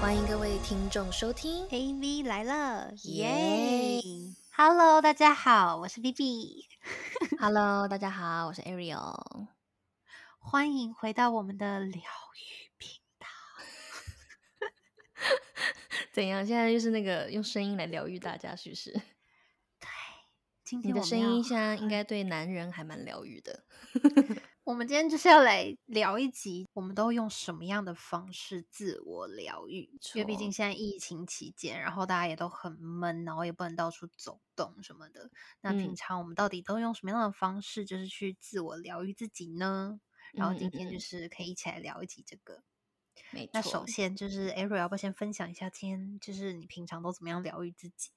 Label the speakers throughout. Speaker 1: 欢迎各位听众收 听
Speaker 2: AV 来了，
Speaker 1: 耶
Speaker 2: 耶、h e l l o 大家好，我是 B B，
Speaker 1: Hello，大家好，我是 Ariel。
Speaker 2: 欢迎回到我们的疗愈频道。
Speaker 1: 怎样？现在就是那个用声音来疗愈大家，是不是？
Speaker 2: 今
Speaker 1: 你
Speaker 2: 天
Speaker 1: 的
Speaker 2: 我们
Speaker 1: 声音
Speaker 2: 要
Speaker 1: 像应该对男人还蛮疗愈的。
Speaker 2: 我们今天就是要来聊一集，我们都用什么样的方式自我疗愈？因为毕
Speaker 1: 错
Speaker 2: 竟现在疫情期间，然后大家也都很闷，然后也不能到处走动什么的。那
Speaker 1: 嗯
Speaker 2: 平常我们到底都用什么样的方式，就是去自我疗愈自己呢？然后
Speaker 1: 嗯
Speaker 2: 今
Speaker 1: 嗯
Speaker 2: 天就
Speaker 1: 嗯
Speaker 2: 是可以一起来聊一集这个。
Speaker 1: 没
Speaker 2: 那
Speaker 1: 错
Speaker 2: 首。先就是 Ariel，要不要先分享一下今天就是你平常都怎么样疗愈自己？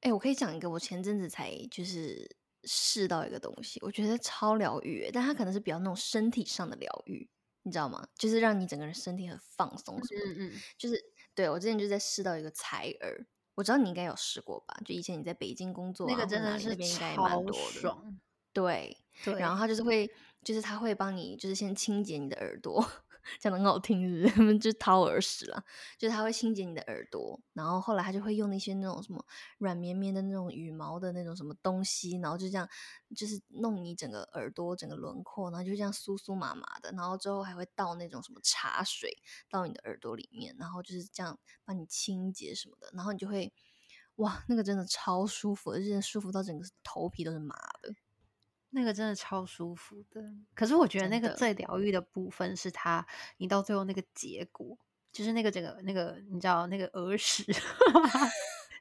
Speaker 1: 哎、我可以讲一个，我前阵子才就是试到一个东西，我觉得超疗愈欸，但它可能是比较那种身体上的疗愈，你知道吗？就是让你整个人身体很放松什么的。
Speaker 2: 嗯
Speaker 1: 就是对我之前就在试到一个采耳，我知道你应该有试过吧？就以前你在北京工作、啊，
Speaker 2: 那个
Speaker 1: 或
Speaker 2: 真
Speaker 1: 哪
Speaker 2: 的
Speaker 1: 里那
Speaker 2: 是
Speaker 1: 边应该也蛮
Speaker 2: 超
Speaker 1: 多的。
Speaker 2: 爽，
Speaker 1: 对，
Speaker 2: 对，
Speaker 1: 然后他就是会，就是他会帮你，就是先清洁你的耳朵， 讲的很好听是 不是，就是掏耳屎啦，就是他会清洁你的耳朵，然后后来他就会用一些那种什么软绵绵的那种羽毛的那种什么东西，然后就这样，就是弄你整个耳朵、整个轮廓，然后就这样酥酥麻麻的，然后之后还会倒那种什么茶水到你的耳朵里面，然后就是这样帮你清洁什么的，然后你就会。哇，那个真的超舒服，而且舒服到整个头皮都是麻的。
Speaker 2: 那个真的超舒服的。可是我觉得
Speaker 1: 真
Speaker 2: 那个
Speaker 1: 的
Speaker 2: 最疗愈的部分是它，你到最后那个结果，就是那个整个那个你知道那个耳屎，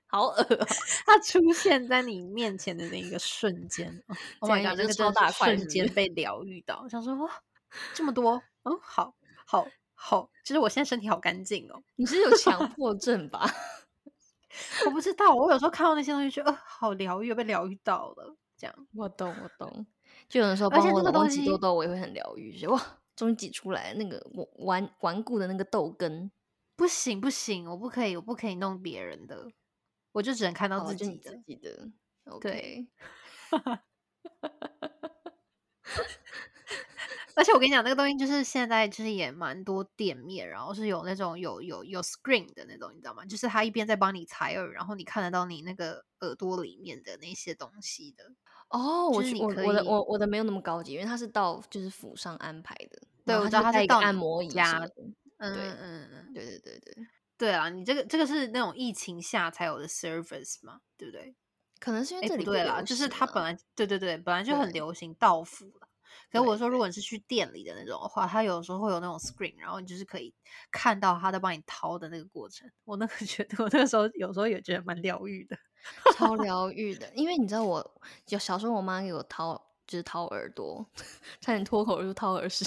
Speaker 1: 好恶、
Speaker 2: 它出现在你面前的那一个瞬间哦，Oh
Speaker 1: 怎
Speaker 2: my
Speaker 1: 样
Speaker 2: god，
Speaker 1: 你就
Speaker 2: 那个
Speaker 1: 超
Speaker 2: 真的
Speaker 1: 大
Speaker 2: 是
Speaker 1: 块是
Speaker 2: 瞬
Speaker 1: 不
Speaker 2: 间
Speaker 1: 是
Speaker 2: 被疗愈到，我想说哇，这么多，嗯，好好好，就是我现在身体好干净哦。
Speaker 1: 你是有 强迫症吧？
Speaker 2: 我不知道，我有时候看到那些东西，觉得呃，好疗愈，被疗愈到了，这样。
Speaker 1: 我懂，我懂。就有人说
Speaker 2: 而
Speaker 1: 帮
Speaker 2: 且
Speaker 1: 我
Speaker 2: 那个
Speaker 1: 老公
Speaker 2: 东
Speaker 1: 挤
Speaker 2: 西
Speaker 1: 痘痘，我也会很疗愈，就是哇，终于挤出来那个我顽顽固的那个痘根。
Speaker 2: 不行不行，我不可以，我不可以弄别人的，我就只能看到
Speaker 1: 哦，
Speaker 2: 自
Speaker 1: 就你
Speaker 2: 己
Speaker 1: 自
Speaker 2: 的。
Speaker 1: 己的。OK，
Speaker 2: 对而且我跟你讲，那个东西就是现在就是也蛮多店面，然后是有那种有有有 screen 的那种，你知道吗？就是它一边在帮你采耳，然后你看得到你那个耳朵里面的那些东西的。
Speaker 1: 哦，我
Speaker 2: 就是
Speaker 1: 去，
Speaker 2: 你
Speaker 1: 我
Speaker 2: 可
Speaker 1: 我的
Speaker 2: 以
Speaker 1: 我我的没有那么高级，因为它是到就是府上安排的，
Speaker 2: 对
Speaker 1: 然后
Speaker 2: 我知
Speaker 1: 它就
Speaker 2: 道它是
Speaker 1: 带一个
Speaker 2: 到
Speaker 1: 按
Speaker 2: 你
Speaker 1: 摩椅什
Speaker 2: 家
Speaker 1: 么的。
Speaker 2: 嗯
Speaker 1: 对
Speaker 2: 嗯嗯嗯，
Speaker 1: 对对对对，
Speaker 2: 对啊，你这个这个是那种疫情下才有的 service 嘛，对不对？
Speaker 1: 可能是因为
Speaker 2: 哎，
Speaker 1: 这
Speaker 2: 不
Speaker 1: 里不
Speaker 2: 对啦，
Speaker 1: 流
Speaker 2: 就是
Speaker 1: 行
Speaker 2: 它本
Speaker 1: 啊。
Speaker 2: 来对对对，本来就很
Speaker 1: 对
Speaker 2: 流行到府了。可是我
Speaker 1: 对
Speaker 2: 说，如
Speaker 1: 对，
Speaker 2: 果你是去店里的那种的话，它有时候会有那种 screen，然后你就是可以看到他在帮你掏的那个过程。我那个 觉得，我那个时候有时候也觉得蛮疗愈的。
Speaker 1: 超疗愈的，因为你知道我有小时候我妈给我掏，就是掏耳朵， 差点脱口而出掏耳屎，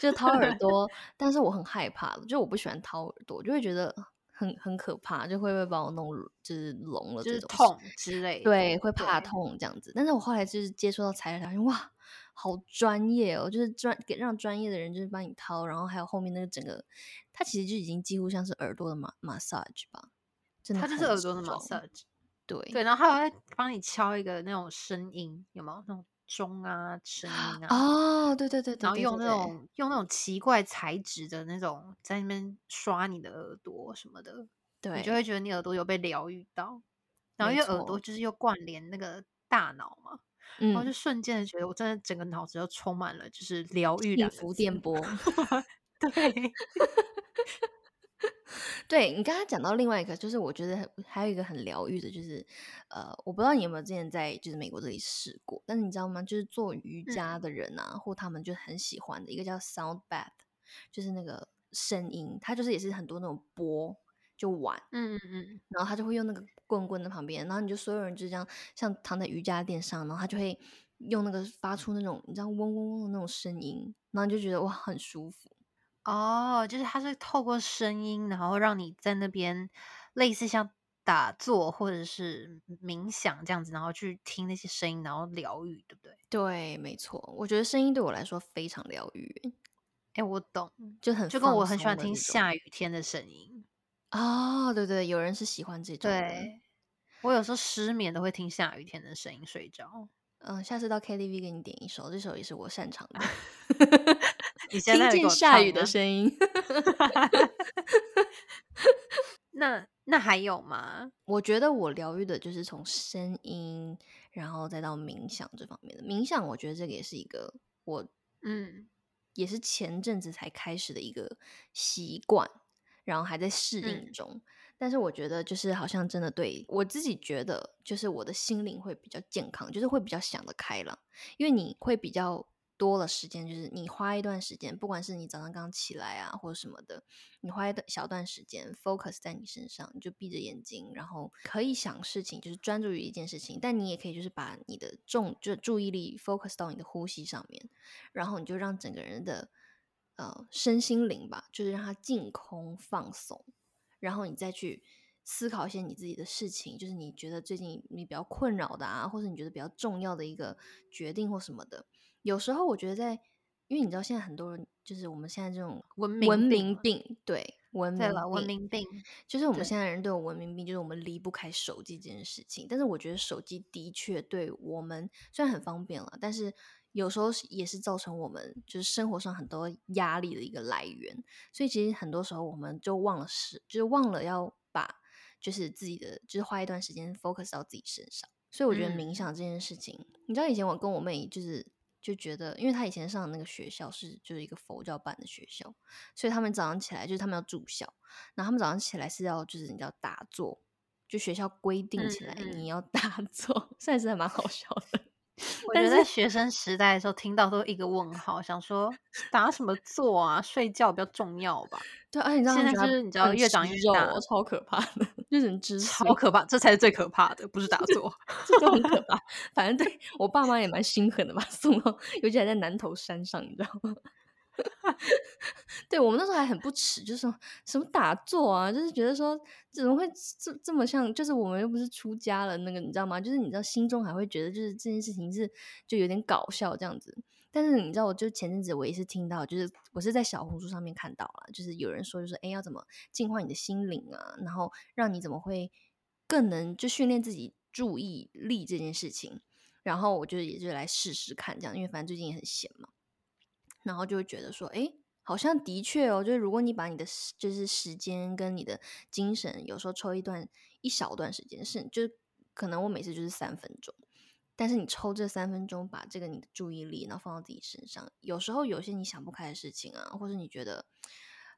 Speaker 1: 就是掏 耳朵，但是我很害怕，就我不喜欢掏耳朵，就会觉得很很可怕，就会不会把我弄就是聋了
Speaker 2: 就
Speaker 1: 这
Speaker 2: 是
Speaker 1: 种事，
Speaker 2: 痛之类的。
Speaker 1: 对，会怕
Speaker 2: 对，
Speaker 1: 痛这样子。但是我后来就是接触到才疗，发现哇，好专业哦，就是专给让专业的人就是帮你掏，然后还有后面那个整个，它其实就已经几乎像是耳朵的马 massage 吧，真的
Speaker 2: 它就是
Speaker 1: 很
Speaker 2: 耳朵的
Speaker 1: 爽，
Speaker 2: massage。
Speaker 1: 对。
Speaker 2: 对，然后还有在帮你敲一个那种声音，有没有那种钟啊声音啊？
Speaker 1: 哦，对对对对
Speaker 2: 然后
Speaker 1: 对
Speaker 2: 用
Speaker 1: 对
Speaker 2: 那
Speaker 1: 对，
Speaker 2: 种用那种奇怪材质的那种在那边刷你的耳朵什么的，你就
Speaker 1: 对，
Speaker 2: 会觉得你耳朵有被疗愈到。然后
Speaker 1: 没
Speaker 2: 因为耳朵
Speaker 1: 错，
Speaker 2: 就是又关联那个大脑嘛，然后就
Speaker 1: 嗯，
Speaker 2: 瞬间的觉得我真的整个脑子都充满了就是疗
Speaker 1: 幸
Speaker 2: 愈两个
Speaker 1: 福
Speaker 2: 字。
Speaker 1: 电波。
Speaker 2: 对，
Speaker 1: 对你刚刚讲到另外一个，就是我觉得很还有一个很疗愈的，就是呃，我不知道你有没有之前在就是美国这里试过，但是你知道吗？就是做瑜伽
Speaker 2: 嗯，
Speaker 1: 的人啊，或他们就很喜欢的一个叫 sound bath，就是那个声音，它就是也是很多那种波就碗，
Speaker 2: 嗯嗯
Speaker 1: 然后他就会用那个棍棍在旁边，然后你就所有人就这样像躺在瑜伽垫上，然后他就会用那个发出那种你知道嗡嗡嗡的那种声音，然后你就觉得哇很舒服。
Speaker 2: 嗯，哦，就是它是透过声音，然后让你在那边类似像打坐或者是冥想这样子，然后去听那些声音，然后疗愈，对不对？
Speaker 1: 对，没错，我觉得声音对我来说非常疗愈，
Speaker 2: 哎、我懂，
Speaker 1: 就很
Speaker 2: 就跟
Speaker 1: 放
Speaker 2: 我很喜
Speaker 1: 松
Speaker 2: 欢
Speaker 1: 的
Speaker 2: 听
Speaker 1: 那种。
Speaker 2: 下雨天的声音。
Speaker 1: 哦，对对，有人是喜欢这种的。
Speaker 2: 对，我有时候失眠都会听下雨天的声音睡着。
Speaker 1: 嗯，下次到 KTV 给你点一首，这首也是我擅 长的，
Speaker 2: 你现
Speaker 1: 听
Speaker 2: 在在给
Speaker 1: 见
Speaker 2: 我
Speaker 1: 下
Speaker 2: 唱
Speaker 1: 雨的
Speaker 2: 啊！
Speaker 1: 声音。
Speaker 2: 那那还有吗？
Speaker 1: 我觉得我疗愈的就是从声音，然后再到冥想这方面的。冥想，我觉得这个也是一个我
Speaker 2: 嗯
Speaker 1: 也是前阵子才开始的一个习惯，然后还在适应
Speaker 2: 嗯
Speaker 1: 中。但是我觉得，就是好像真的对我自己觉得，就是我的心灵会比较健康，就是会比较想得开朗，因为你会比较多了时间，就是你花一段时间，不管是你早上刚起来啊，或者什么的，你花一段小段时间 focus 在你身上，你就闭着眼睛，然后可以想事情，就是专注于一件事情，但你也可以就是把你的重就注意力 focus 到你的呼吸上面，然后你就让整个人的呃身心灵吧，就是让它净空放松，然后你再去思考一些你自己的事情，就是你觉得最近你比较困扰的啊，或者你觉得比较重要的一个决定或什么的。有时候我觉得在，因为你知道现在很多人就是我们现在这种
Speaker 2: 文明
Speaker 1: 文
Speaker 2: 病
Speaker 1: 明
Speaker 2: 嘛
Speaker 1: 病，对文
Speaker 2: 对
Speaker 1: 明
Speaker 2: 了，文
Speaker 1: 病
Speaker 2: 明病，
Speaker 1: 就是我们
Speaker 2: 对
Speaker 1: 现在人都有文明病，就是我们离不开手机这件事情。但是我觉得手机的确对我们虽然很方便了，但是有时候是也是造成我们就是生活上很多压力的一个来源。所以其实很多时候我们就忘了是，就是忘了要把就是自己的，就是花一段时间 focus 到自己身上。所以我觉得冥
Speaker 2: 嗯
Speaker 1: 想这件事情，你知道以前我跟我妹就是就觉得，因为她以前上的那个学校是就是一个佛教办的学校，所以他们早上起来就是他们要住校，然后他们早上起来是要就是你知道打坐，就学校规定
Speaker 2: 嗯
Speaker 1: 起来你
Speaker 2: 嗯，
Speaker 1: 要 打坐，虽然是还蛮好笑的，
Speaker 2: 我觉
Speaker 1: 但
Speaker 2: 得
Speaker 1: 是
Speaker 2: 在学生时代的时候听到都一个问号，想说打什么坐啊？睡觉比较重要吧？
Speaker 1: 对，而且你知 道他们学
Speaker 2: 现在就
Speaker 1: 校
Speaker 2: 是你知
Speaker 1: 不
Speaker 2: 道
Speaker 1: 能
Speaker 2: 越
Speaker 1: 吃
Speaker 2: 长越
Speaker 1: 肉
Speaker 2: 大，
Speaker 1: 哦，超可怕的， 就人吃素。
Speaker 2: 超可怕，这才是最可怕的，不是打 坐。
Speaker 1: 这就很可怕。反正对我爸妈也蛮心狠的，把他送到，尤其还在南头山上，你知道吗？ 对我们那时候还很不耻，就是说什么打坐啊，就是觉得说怎么会这这么像，就是我们又不是出家了，那个你知道吗？就是你知道心中还会觉得就是这件事情是就有点搞笑这样子。但是你知道，我就前阵子我也是听到，就是我是在小红书上面看到了，就是有人说，就是哎要怎么净化你的心灵啊，然后让你怎么会更能就训练自己注意力这件事情。然后我就也就来试试看这样，因为反正最近也很闲嘛。然后就会觉得说，哎，好像的确哦，就是如果你把你的时就是时间跟你的精神，有时候抽一段一小段时间，是就是可能我每次就是三分钟，但是你抽这三分钟，把这个你的注意力，然后放到自己身上，有时候有些你想不开的事情啊，或是你觉得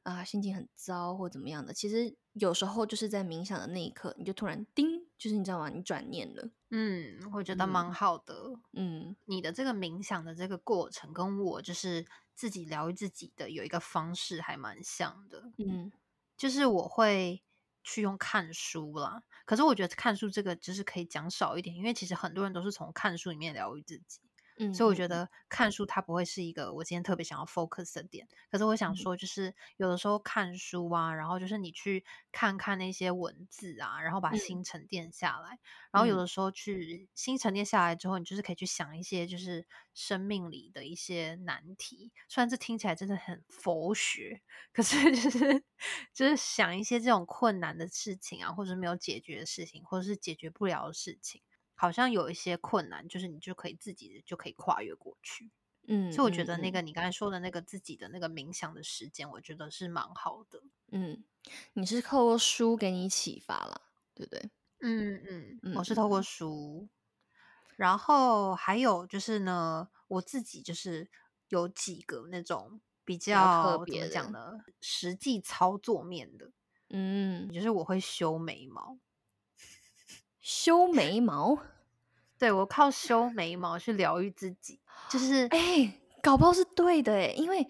Speaker 1: 啊心情很糟或怎么样的，其实有时候就是在冥想的那一刻，你就突然叮，就是你知道吗？你转念了，
Speaker 2: 嗯，我觉得
Speaker 1: 嗯
Speaker 2: 蛮好的。
Speaker 1: 嗯
Speaker 2: 你的这个冥想的这个过程，跟我就是自己疗愈自己的有一个方式还蛮像的，
Speaker 1: 嗯
Speaker 2: 就是我会去用看书啦。可是我觉得看书这个就是可以讲少一点，因为其实很多人都是从看书里面疗愈自己，
Speaker 1: 嗯
Speaker 2: 所以我
Speaker 1: 嗯
Speaker 2: 觉得看书它不会是一个我今天特别想要 focus 的点。可是我想
Speaker 1: 嗯
Speaker 2: 说，就是有的时候看书啊，然后就是你去看看那些文字啊，然后把
Speaker 1: 嗯
Speaker 2: 心沉淀下来。然后有
Speaker 1: 嗯
Speaker 2: 的时候去心沉淀下来之后，你就是可以去想一些就是生命里的一些难题。虽然这听起来真的很佛学，可是 就是就是想一些这种困难的事情啊，或者是没有解决的事情，或者是解决不了的事情，好像有一些困难，就是你就可以自己就可以跨越过去。
Speaker 1: 嗯
Speaker 2: 所以我觉
Speaker 1: 嗯
Speaker 2: 得那个
Speaker 1: 嗯
Speaker 2: 你刚才说的那个自己的那个冥想的时间，我觉得是蛮好的。
Speaker 1: 嗯，你是透过书给你启发了，对不对？
Speaker 2: 嗯嗯，
Speaker 1: 嗯
Speaker 2: 我是
Speaker 1: 嗯
Speaker 2: 透过书，然后还有就是呢，我自己就是有几个那种比
Speaker 1: 比较特
Speaker 2: 较怎么
Speaker 1: 别
Speaker 2: 讲
Speaker 1: 的，
Speaker 2: 呢，实际操作面的，
Speaker 1: 嗯，
Speaker 2: 就是我会修眉毛。
Speaker 1: 修眉毛，
Speaker 2: 对我靠修眉毛去疗愈自己，就是
Speaker 1: 哎、搞不好是对的哎，因为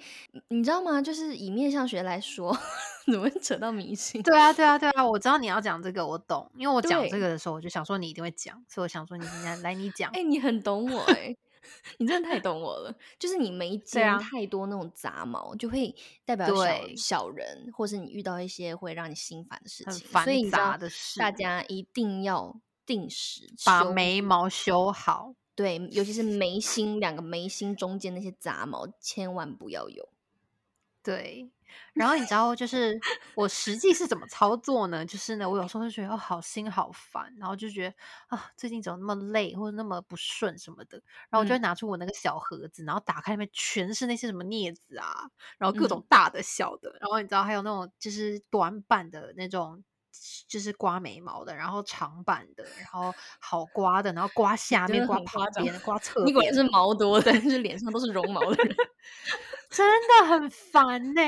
Speaker 1: 你知道吗？就是以面相学来说， 怎么会扯到迷信？
Speaker 2: 对啊对啊对啊，我知道你要讲这个，我懂，因为我讲这
Speaker 1: 对，
Speaker 2: 个的时候，我就想说你一定会讲，所以我想说你今天来你讲。
Speaker 1: 哎、你很懂我哎，你真的太懂我了。就是你眉
Speaker 2: 对
Speaker 1: 间
Speaker 2: 啊，
Speaker 1: 太多那种杂毛，就会代表小
Speaker 2: 对，
Speaker 1: 小人，或是你遇到一些会让你心烦的事
Speaker 2: 很
Speaker 1: 情。所
Speaker 2: 繁
Speaker 1: 以你知
Speaker 2: 杂
Speaker 1: 道，
Speaker 2: 的
Speaker 1: 大
Speaker 2: 事，
Speaker 1: 家一定要定时
Speaker 2: 把
Speaker 1: 修
Speaker 2: 眉毛修好。
Speaker 1: 对，尤其是眉心两个眉心中间那些杂毛，千万不要有。
Speaker 2: 对，然后你知道，就是我实际是怎么操作呢？就是呢，我有时候就觉得哦，好心好烦，然后就觉得啊，最近怎么那么累，或者那么不顺什么的，然后我就会
Speaker 1: 嗯
Speaker 2: 拿出我那个小盒子，然后打开里面全是那些什么镊子啊，然后各种
Speaker 1: 嗯
Speaker 2: 大的、小的，然后你知道还有那种就是短板的那种。就是刮眉毛的，然后长版的，然后好刮的，然后刮下
Speaker 1: 真
Speaker 2: 面、
Speaker 1: 的
Speaker 2: 刮
Speaker 1: 很
Speaker 2: 旁
Speaker 1: 夸张
Speaker 2: 边、刮侧边，
Speaker 1: 你果然是毛多 的，就是脸上都是绒毛的人。
Speaker 2: 真的很烦呢、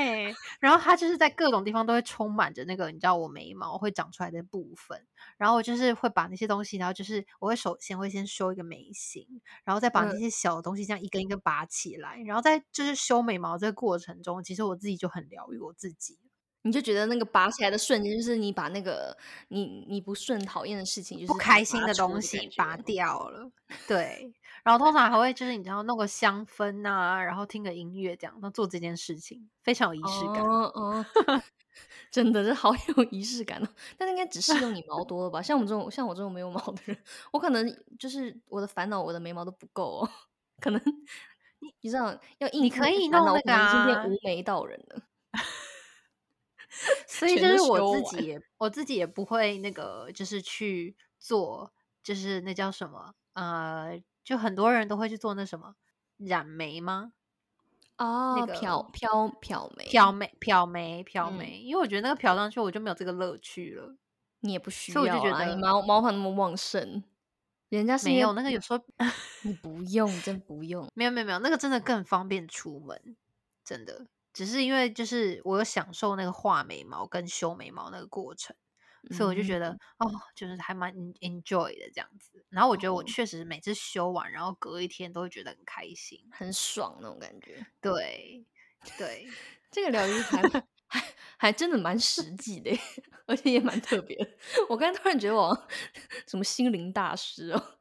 Speaker 2: 然后它就是在各种地方都会充满着那个，你知道我眉毛会长出来的部分。然后我就是会把那些东西，然后就是我会首先会先修一个眉形，然后再把那
Speaker 1: 嗯
Speaker 2: 些小的东西这样一根一根拔起来。然后在就是修眉毛这个过程中，其实我自己就很疗愈我自己。
Speaker 1: 你就觉得那个拔起来的瞬间，就是你把那个你你不顺讨厌的事情，就是
Speaker 2: 不
Speaker 1: 把它
Speaker 2: 开心
Speaker 1: 拔
Speaker 2: 的
Speaker 1: 出
Speaker 2: 东西
Speaker 1: 感觉
Speaker 2: 拔掉了， 对。然后通常还会就是你知道弄个香氛呐、然后听个音乐这样，那做这件事情非常有仪式感。
Speaker 1: 哦哦， 真的是好有仪式感哦。但应该只适用你毛多了吧？像我们这种像我这种没有毛的人，我可能就是我的烦恼，我的眉毛都不够哦。 可能你知道要硬
Speaker 2: 你
Speaker 1: 撑
Speaker 2: 可
Speaker 1: 一些
Speaker 2: 以
Speaker 1: 烦恼
Speaker 2: 弄那
Speaker 1: 我可能已经
Speaker 2: 个啊
Speaker 1: 变无眉道人了。
Speaker 2: 所以就
Speaker 1: 全都
Speaker 2: 是我
Speaker 1: 修
Speaker 2: 自
Speaker 1: 完
Speaker 2: 己也我自己也不会那个，就是去做，就是那叫什么呃，就很多人都会去做那什么染眉吗？
Speaker 1: 哦，漂
Speaker 2: 个
Speaker 1: 漂漂眉，
Speaker 2: 漂眉、漂眉、漂
Speaker 1: 嗯
Speaker 2: 眉，因为我觉得那个漂上去我就没有这个乐趣了。
Speaker 1: 你也不需
Speaker 2: 所以我就
Speaker 1: 要
Speaker 2: 觉
Speaker 1: 啊，
Speaker 2: 得
Speaker 1: 你毛毛发那么旺盛，人家是因
Speaker 2: 没
Speaker 1: 为
Speaker 2: 有那个有时候
Speaker 1: 你不用，真不用。
Speaker 2: 没有没有没有，那个真的更方便出门，真的。只是因为就是我有享受那个画眉毛跟修眉毛那个过程，所以我就
Speaker 1: 嗯
Speaker 2: 觉得哦，就是还蛮 en- enjoy 的这样子。然后我觉得我
Speaker 1: 哦
Speaker 2: 确实每次修完，然后隔一天都会觉得很开心。
Speaker 1: 很爽那种感觉。
Speaker 2: 对 对，
Speaker 1: 这个疗愈还 还还真的蛮实际的耶， 而且也蛮特别的。我刚才突然觉得我好像什么心灵大师 哦，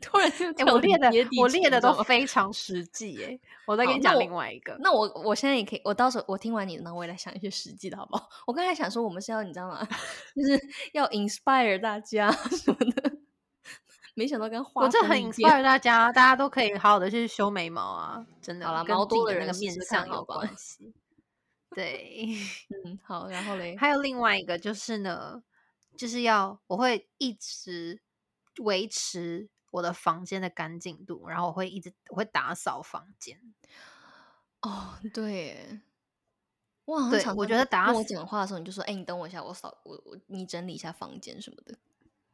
Speaker 1: 突然就
Speaker 2: 哎、
Speaker 1: 跳
Speaker 2: 我
Speaker 1: 得
Speaker 2: 列
Speaker 1: 很
Speaker 2: 的
Speaker 1: 接地
Speaker 2: 我
Speaker 1: 气
Speaker 2: 列的
Speaker 1: 你知道
Speaker 2: 都
Speaker 1: 吗
Speaker 2: 非常实际哎、我再
Speaker 1: 好
Speaker 2: 跟你
Speaker 1: 那
Speaker 2: 讲
Speaker 1: 我
Speaker 2: 另外一个，
Speaker 1: 那我我现在也可以，我到时候我听完你的呢，我也来想一些实际的好不好？我刚才想说我们是要你知道吗？ 就是要 inspire 大家什么的， 没想到跟
Speaker 2: 我
Speaker 1: 画
Speaker 2: 这
Speaker 1: 风
Speaker 2: 很
Speaker 1: 一见。
Speaker 2: inspire 大家，大家都可以好好的去修眉毛啊，真的
Speaker 1: 好啦
Speaker 2: 跟
Speaker 1: 毛
Speaker 2: 自己
Speaker 1: 多的
Speaker 2: 的那
Speaker 1: 人
Speaker 2: 个
Speaker 1: 试
Speaker 2: 面
Speaker 1: 试
Speaker 2: 相
Speaker 1: 看
Speaker 2: 有
Speaker 1: 好吧？
Speaker 2: 关系。对，
Speaker 1: 嗯，好，然后嘞，
Speaker 2: 还有另外一个就是呢，就是要我会一直维持我的房间的干净度，然后我会一直我会打扫房间。
Speaker 1: 哦，对耶，我好像
Speaker 2: 对
Speaker 1: 常
Speaker 2: 我
Speaker 1: 常
Speaker 2: 觉得打
Speaker 1: 跟我
Speaker 2: 扫，
Speaker 1: 讲话的时候，你就说：“哎、你等我一下，我扫我我你整理一下房间什么的。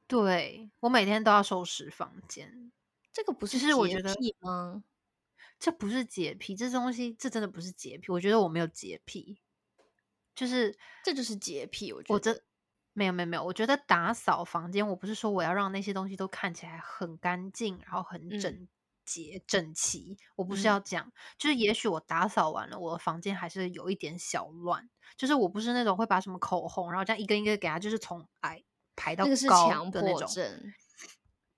Speaker 2: 对我每天都要收拾房间，”
Speaker 1: 这个不
Speaker 2: 就是是我
Speaker 1: 洁
Speaker 2: 觉得
Speaker 1: 癖吗？
Speaker 2: 这不是洁癖，这东西这真的不是洁癖，我觉得我没有洁癖，就是
Speaker 1: 这就是洁癖，我觉
Speaker 2: 我
Speaker 1: 得。
Speaker 2: 这没有没有没有，我觉得打扫房间，我不是说我要让那些东西都看起来很干净，然后很
Speaker 1: 嗯
Speaker 2: 整洁整齐，我不是
Speaker 1: 嗯
Speaker 2: 要这样。就是也许我打扫完了，我的房间还是有一点小乱，就是我不是那种会把什么口红，然后这样一根一根给它，就是从矮排到
Speaker 1: 那个是
Speaker 2: 高
Speaker 1: 强
Speaker 2: 的那
Speaker 1: 迫
Speaker 2: 种。
Speaker 1: 症，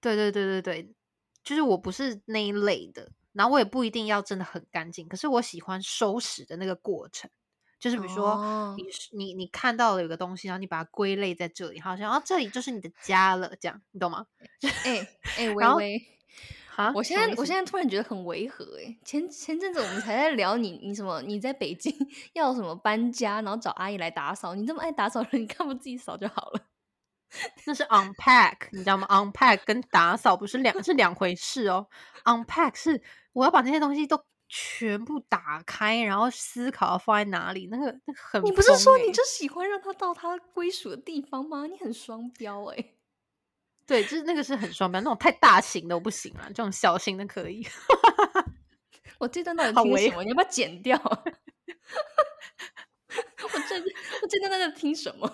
Speaker 2: 对对对对对，就是我不是那一类的，然后我也不一定要真的很干净，可是我喜欢收拾的那个过程，就是比如说
Speaker 1: 哦
Speaker 2: 你是你你看到了有个东西，然后你把它归类在这里，好像啊这里就是你的家了，这样你懂吗？
Speaker 1: 哎 哎，微
Speaker 2: 然后
Speaker 1: 微，
Speaker 2: 啊，
Speaker 1: 我现
Speaker 2: 什么
Speaker 1: 在
Speaker 2: 意
Speaker 1: 我
Speaker 2: 思？
Speaker 1: 现在突然觉得很违和哎、前前阵子我们才在聊你你什么你在北京 要什么搬家，然后找阿姨来打扫，你这么爱打扫人，你干嘛不自己扫就好了？
Speaker 2: 那是 unpack，你知道吗？unpack 跟打扫不是两是两回事哦。unpack 是我要把那些东西都全部打开，然后思考放在哪里，那个那个很
Speaker 1: 你不是
Speaker 2: 疯欸
Speaker 1: 说
Speaker 2: 诶、
Speaker 1: 你就喜欢让它到它归属的地方吗？你很双标哎、
Speaker 2: 对，就是那个是很双标，那种太大型的我不行啊，这种小型的可以。
Speaker 1: 我这段到底
Speaker 2: 好
Speaker 1: 听了
Speaker 2: 违
Speaker 1: 什么？你要不要剪掉 啊？我这我这段在那听什么？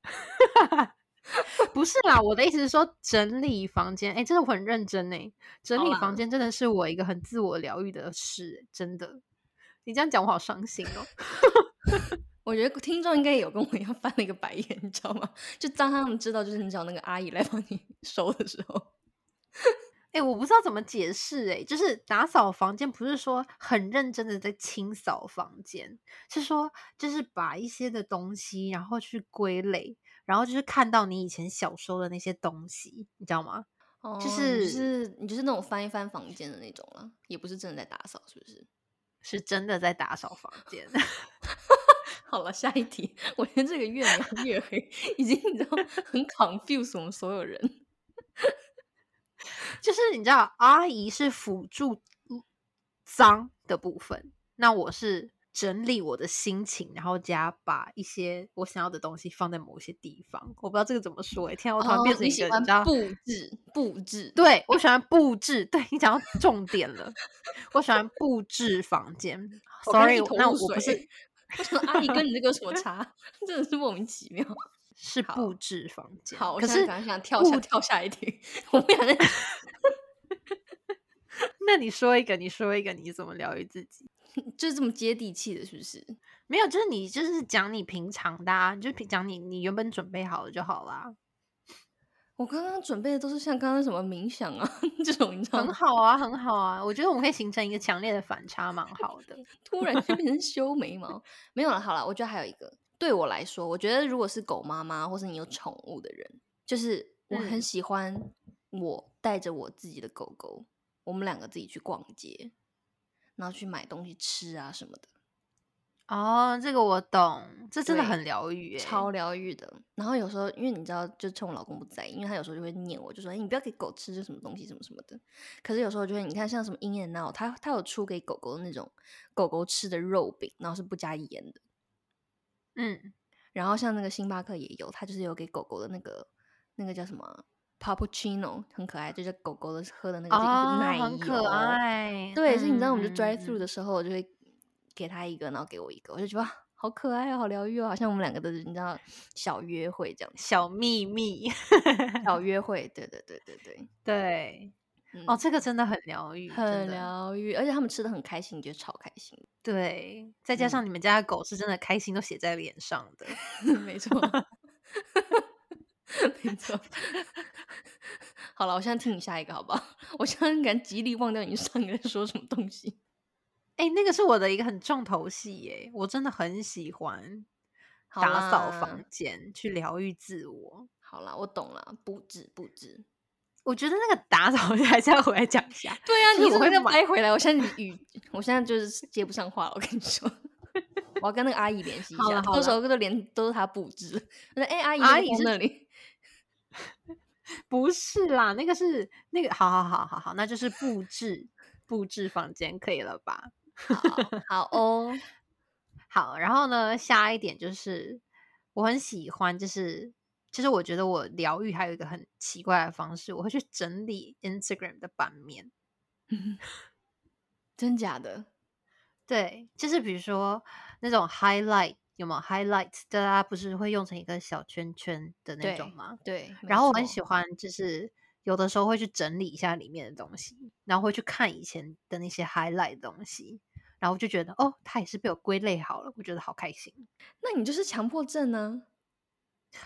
Speaker 2: 不是啦，我的意思是说整理房间，哎、真的我很认真呢、整
Speaker 1: 好
Speaker 2: 理
Speaker 1: 啦
Speaker 2: 房间真的是我一个很自我疗愈的事，真的。你这样讲我好伤心哦。
Speaker 1: 我觉得听众应该也有跟我一样翻了一个白眼，你知道吗？就当他们知道，就是你找那个阿姨来帮你 收的时候，
Speaker 2: 哎、我不知道怎么解释哎、就是打扫房间不是说很认真的在清扫房间，是说就是把一些的东西然后去归类，然后就是看到你以前小时候的那些东西，你知道吗？
Speaker 1: 哦
Speaker 2: 就
Speaker 1: 你就是是你就是那种翻一翻房间的那种了，也不是真的在打扫，是不是？
Speaker 2: 是真的在打扫房间。
Speaker 1: 好了，下一题，我觉得这个越描越黑， 已经你知道很 confuse 我们所有人。
Speaker 2: 就是你知道，阿姨是辅助嗯脏的部分，那我是整理我的心情，然后加把一些我想要的东西放在某些地方。我不知道这个怎么说哎、天啊，我突然
Speaker 1: 哦
Speaker 2: 变成
Speaker 1: 你
Speaker 2: 一
Speaker 1: 喜
Speaker 2: 个、
Speaker 1: 欢
Speaker 2: 你知道
Speaker 1: 布置布置，
Speaker 2: 对我喜欢布置，对你讲到重点了，我喜欢布置房间。
Speaker 1: 我刚才
Speaker 2: Sorry，
Speaker 1: 一头
Speaker 2: 那
Speaker 1: 雾
Speaker 2: 我不
Speaker 1: 水
Speaker 2: 是
Speaker 1: 欸。 我想说阿姨跟你这个有什么差？ 真的是莫名其妙。
Speaker 2: 是
Speaker 1: 好
Speaker 2: 布置房间，
Speaker 1: 好，我
Speaker 2: 可
Speaker 1: 现在想
Speaker 2: 是
Speaker 1: 想跳下
Speaker 2: 布
Speaker 1: 跳下一题， 我不想 再
Speaker 2: 那你说一个，你说一个，你怎么疗愈自己？
Speaker 1: 就是这么接地气的，是不是？
Speaker 2: 没有，就是你就是讲你平常的、啊，你就平讲你你原本准备好了就好啦，
Speaker 1: 我刚刚准备的都是像刚刚什么冥想啊 这种，你知道
Speaker 2: 很
Speaker 1: 吗？
Speaker 2: 好啊，很好啊。我觉得我们可以形成一个强烈的反 差，蛮好的。
Speaker 1: 突然就变成修眉 毛，没有了。好了，我觉得还有一个，对我来说，我觉得如果是狗妈妈或是你有宠物的人，就是我很
Speaker 2: 嗯
Speaker 1: 喜欢我带着我自己的狗狗，我们两个自己去逛街，然后去买东西吃啊什么的。
Speaker 2: 哦，这个我懂，这真的
Speaker 1: 对
Speaker 2: 很疗愈、欸，
Speaker 1: 超疗愈的。然后有时候，因为你知道，就趁我老公不在，因为他有时候就会念我，就说：“哎、你不要给狗吃这什么东西什么什么的。”可是有时候就会，你看像什么 In and Out，他他有出给狗狗的那种狗狗吃的肉饼，然后是不加盐的。
Speaker 2: 嗯，
Speaker 1: 然后像那个星巴克也有，它就是有给狗狗的那个那个叫什么啊 Puppuccino，很可爱，就是狗狗的喝的那个是
Speaker 2: 哦，
Speaker 1: 奶油，
Speaker 2: 很可爱，
Speaker 1: 对，所以你知道，我们就
Speaker 2: 嗯
Speaker 1: drive through
Speaker 2: 嗯
Speaker 1: 的时候，我就会给他一个，然后给我一个，我就觉得哇，好可爱哦，好疗愈哦，好像我们两个的你知道小约会这样子，
Speaker 2: 小秘密，
Speaker 1: 小约会，对对对对对，
Speaker 2: 对，
Speaker 1: 嗯、
Speaker 2: 哦，这个真的很疗愈，真
Speaker 1: 很
Speaker 2: 的
Speaker 1: 疗愈，而且他们吃的很开心，你觉得超开心，
Speaker 2: 对，
Speaker 1: 嗯
Speaker 2: 再加上你们家的狗是真的开心都写在脸上的，
Speaker 1: 没错，没错。 好了，我现在听你下一个好不好？ 我现在敢极力忘掉你上个在说什么东西。
Speaker 2: 哎、那个是我的一个很重头戏耶、我真的很喜欢
Speaker 1: 好
Speaker 2: 打扫
Speaker 1: 啦
Speaker 2: 房间去疗愈自我。
Speaker 1: 好啦，我懂了，布置布置。
Speaker 2: 我觉得那个打扫 还是要回来讲一下，
Speaker 1: 对啊，
Speaker 2: 就
Speaker 1: 你
Speaker 2: 是
Speaker 1: 怎
Speaker 2: 我
Speaker 1: 么
Speaker 2: 会
Speaker 1: 再
Speaker 2: 买
Speaker 1: 掰回来？我现在语， 我现在就是接不上话了。我跟你说， 我要跟那个阿姨联系一
Speaker 2: 好
Speaker 1: 下，
Speaker 2: 了好
Speaker 1: 到时候都连都是她布置了。 我说：“哎、阿姨，
Speaker 2: 阿
Speaker 1: 那个
Speaker 2: 姨
Speaker 1: 放
Speaker 2: 是
Speaker 1: 那里。
Speaker 2: 不是啦，那个是那个，好好好好好，那就是布置布置房间可以了吧？
Speaker 1: 好”好哦，
Speaker 2: 好，然后呢，下一点就是我很喜欢，就是就是我觉得我疗愈还有一个很奇怪的方式，我会去整理 Instagram 的版面。
Speaker 1: 真假的？
Speaker 2: 对，就是比如说那种 highlight 有没有 highlight？大家不是会用成一个小圈圈的那种
Speaker 1: 对
Speaker 2: 吗？
Speaker 1: 对。没
Speaker 2: 然后我很
Speaker 1: 错
Speaker 2: 喜欢，就是有的时候会去整理一下里面的东西，然后会去看以前的那些 highlight 的东西，然后就觉得哦，它也是被我归类好了，我觉得好开心，
Speaker 1: 那你就是强迫症呢、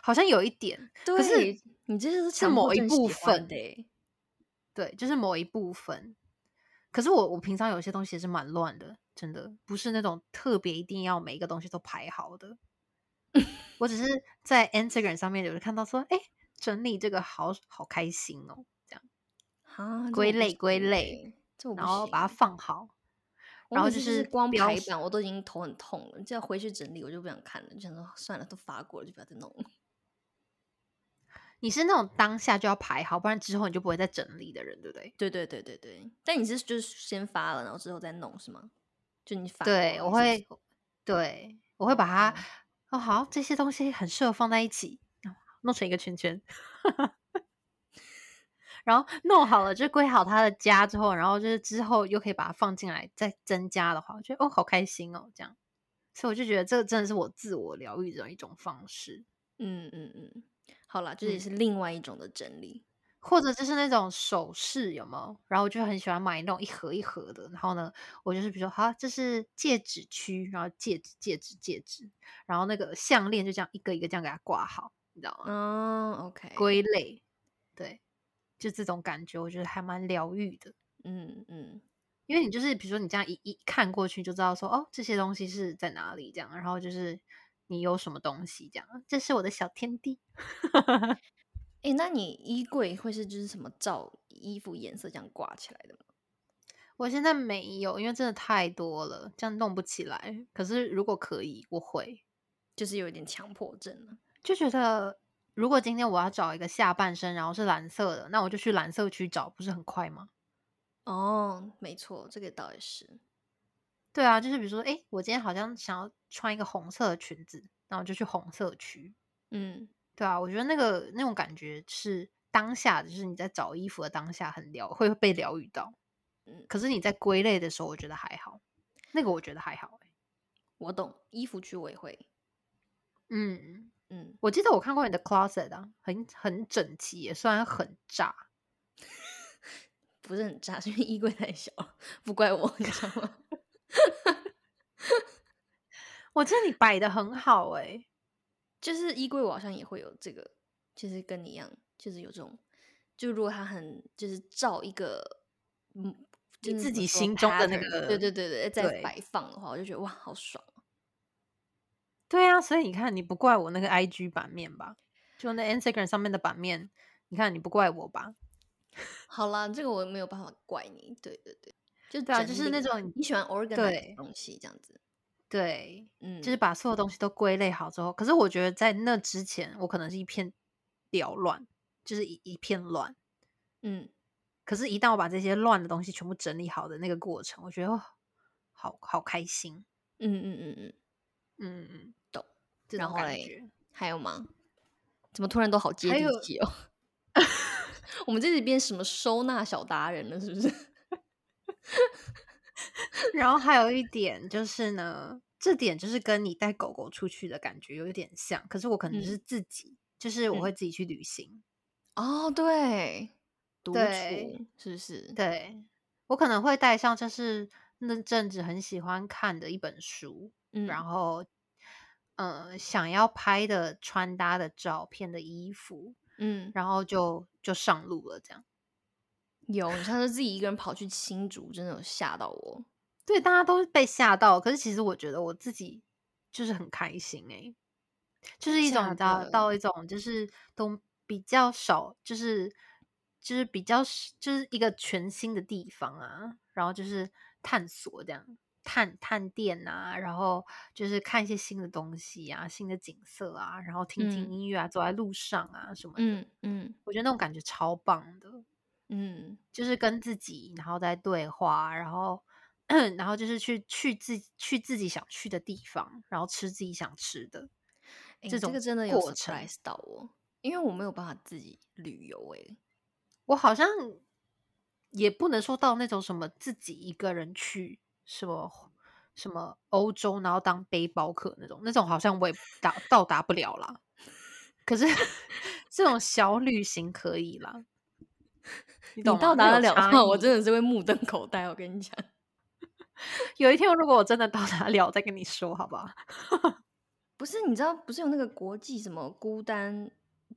Speaker 2: 好像有一点。
Speaker 1: 啊？对，
Speaker 2: 是
Speaker 1: 你这就是
Speaker 2: 是
Speaker 1: 强
Speaker 2: 某
Speaker 1: 迫
Speaker 2: 一
Speaker 1: 症
Speaker 2: 部
Speaker 1: 喜欢
Speaker 2: 分
Speaker 1: 的欸。
Speaker 2: 对，就是某一部分。可是我我平常有些东西也是蛮乱的，真的不是那种特别一定要每一个东西都排 好的。我只是在 Instagram 上面有人看到说，哎，整理这个好好开心哦，这样，
Speaker 1: 啊，这
Speaker 2: 归
Speaker 1: 我不
Speaker 2: 类归
Speaker 1: 行
Speaker 2: 类
Speaker 1: 欸，这我不
Speaker 2: 然后把它
Speaker 1: 行
Speaker 2: 放好。
Speaker 1: 我
Speaker 2: 然后
Speaker 1: 每
Speaker 2: 就
Speaker 1: 次就是光
Speaker 2: 标
Speaker 1: 排
Speaker 2: 识
Speaker 1: 版，我都已经头很痛了。你这样回去整理，我就不想看了，就想说算了，都发过了，就不要再弄了。
Speaker 2: 你是那种当下就要排好，不然之后你就不会再整理的人，对不对？
Speaker 1: 对对对对对，但你是就是先发了，然后之后再弄是吗？就你发
Speaker 2: 对，我会，对，我会把它
Speaker 1: 哦，
Speaker 2: 哦，好，这些东西很适合放在一起，然后弄成一个圈圈， 然后弄好了就归好它的家之后，然后就是之后又可以把它放进来，再增加的话，我觉得哦，好开心哦，这样，所以我就觉得这真的是我自我疗愈的一种方式，
Speaker 1: 嗯嗯嗯，好啦，这也
Speaker 2: 嗯
Speaker 1: 是另外一种的整理。
Speaker 2: 或者就是那种首饰有没有？然后我就很喜欢买那种一盒一盒的。然后呢，我就是比如说，好，这是戒指区，然后戒指、戒指、戒指，然后那个项链就这样一个一个这样给它挂好，你知道吗？
Speaker 1: 嗯、o k
Speaker 2: 归类，对，就这种感觉，我觉得还蛮疗愈的。
Speaker 1: 嗯嗯，
Speaker 2: 因为你就是比如说你这样一一看过去就知道说哦这些东西是在哪里这样，然后就是你有什么东西这样，这是我的小天地。
Speaker 1: 哎、那你衣柜会是就是什么照衣服颜色这样挂起来的吗？
Speaker 2: 我现在没有，因为真的太多了，这样弄不起来。可是如果可以，我会
Speaker 1: 就是有一点强迫症了。
Speaker 2: 就觉得，如果今天我要找一个下半身，然后是蓝色的，那我就去蓝色区找，不是很快吗？
Speaker 1: 哦，没错，这个倒也是。
Speaker 2: 对啊，就是比如说，哎，我今天好像想要穿一个红色的裙子，那我就去红色区。
Speaker 1: 嗯，
Speaker 2: 对啊，我觉得那个那种感觉是当下的，就是你在找衣服的当下很疗，会被疗愈到。
Speaker 1: 嗯
Speaker 2: 可是你在归类的时候，我觉得还好，那个我觉得还好、欸。
Speaker 1: 我懂，衣服区我也会。
Speaker 2: 嗯，
Speaker 1: 嗯，
Speaker 2: 我记得我看过你的 closet 啊，很很整齐耶，虽然很炸。
Speaker 1: 不是很炸，是因为衣柜太小了，不怪我，你知道吗？
Speaker 2: 我觉得你摆的很好哎、
Speaker 1: 就是衣柜，我好像也会有这个，就是跟你一样，就是有这种，就如果它很就是照一个，嗯，
Speaker 2: 你
Speaker 1: 就是
Speaker 2: 自
Speaker 1: 怎么
Speaker 2: 己
Speaker 1: 说
Speaker 2: 心中的那
Speaker 1: pattern，对对
Speaker 2: 个
Speaker 1: 对对，在
Speaker 2: 对
Speaker 1: 摆放的话，我就觉得哇，好爽。
Speaker 2: 对啊，所以你看，你不怪我那个 IG 版面吧？就那 Instagram 上面的版面，你看你不怪我吧？
Speaker 1: 好啦，这个我没有办法怪你，对对对，就
Speaker 2: 对啊，
Speaker 1: 整
Speaker 2: 就是那
Speaker 1: 理
Speaker 2: 种
Speaker 1: 你喜欢 organize
Speaker 2: 对
Speaker 1: 的东西这样子，
Speaker 2: 对，
Speaker 1: 嗯，
Speaker 2: 就是把所有东西都归类好之后，可是我觉得在那之前，我可能是一片缭乱，就是一一片乱。
Speaker 1: 嗯，
Speaker 2: 可是，一旦我把这些乱的东西全部整理好的那个过程，我觉得哦好好开心。
Speaker 1: 嗯嗯嗯嗯，
Speaker 2: 嗯嗯，
Speaker 1: 懂。
Speaker 2: 这
Speaker 1: 然
Speaker 2: 种
Speaker 1: 后
Speaker 2: 感
Speaker 1: 嘞
Speaker 2: 觉，
Speaker 1: 还有吗？怎么突然都好接
Speaker 2: 还
Speaker 1: 地
Speaker 2: 有
Speaker 1: 气哦？ 我们这里变什么收纳小达人了，是不 是？
Speaker 2: 然后还有一点就是呢，这点就是跟你带狗狗出去的感觉有一点像，可是我可能
Speaker 1: 嗯
Speaker 2: 是自己，就是我
Speaker 1: 嗯
Speaker 2: 会自己去旅行，
Speaker 1: 哦，对，独
Speaker 2: 对
Speaker 1: 处是不是？，
Speaker 2: 对我可能会带上就是那阵子很喜欢看的一本书，
Speaker 1: 嗯，
Speaker 2: 然后呃想要拍的穿搭的照片的衣服，
Speaker 1: 嗯，
Speaker 2: 然后就就上路了这样。
Speaker 1: 有，你上次自己一个人跑去新竹，真的有吓到我。
Speaker 2: 对，大家都是被吓到，可是其实我觉得我自己就是很开心诶、就是一种
Speaker 1: 假
Speaker 2: 你知道
Speaker 1: 的
Speaker 2: 到一种就是都比较少，就是就是比较是就是一个全新的地方啊，然后就是探索这样。探探店啊，然后就是看一些新的东西啊，新的景色啊，然后听听
Speaker 1: 嗯
Speaker 2: 音乐啊，走在路上啊什么的，
Speaker 1: 嗯嗯
Speaker 2: 我觉得那种感觉超棒的。
Speaker 1: 嗯
Speaker 2: 就是跟自己，然后再对话，然后 然后就是去去自己去自己想去的地方，然后吃自己想吃的。
Speaker 1: 诶
Speaker 2: 这
Speaker 1: 哎你这
Speaker 2: 种
Speaker 1: 个真的有
Speaker 2: 过程
Speaker 1: surprise 到我，因为我没有办法自己旅游哎诶、
Speaker 2: 我好像也不能说到那种什么自己一个人去什么什么欧洲，然后当背包客那种，那种好像我也达到达不了啦。可是这种小旅行可以啦，你懂
Speaker 1: 你
Speaker 2: 吗？
Speaker 1: 到达
Speaker 2: 那
Speaker 1: 得
Speaker 2: 有
Speaker 1: 了的
Speaker 2: 差
Speaker 1: 话，我
Speaker 2: 异
Speaker 1: 真的是会目瞪口呆。我跟你 讲，
Speaker 2: 有一天，如果我真的到达了，我再跟你说，好不好？
Speaker 1: 不是你知道不是有那个国际什么孤单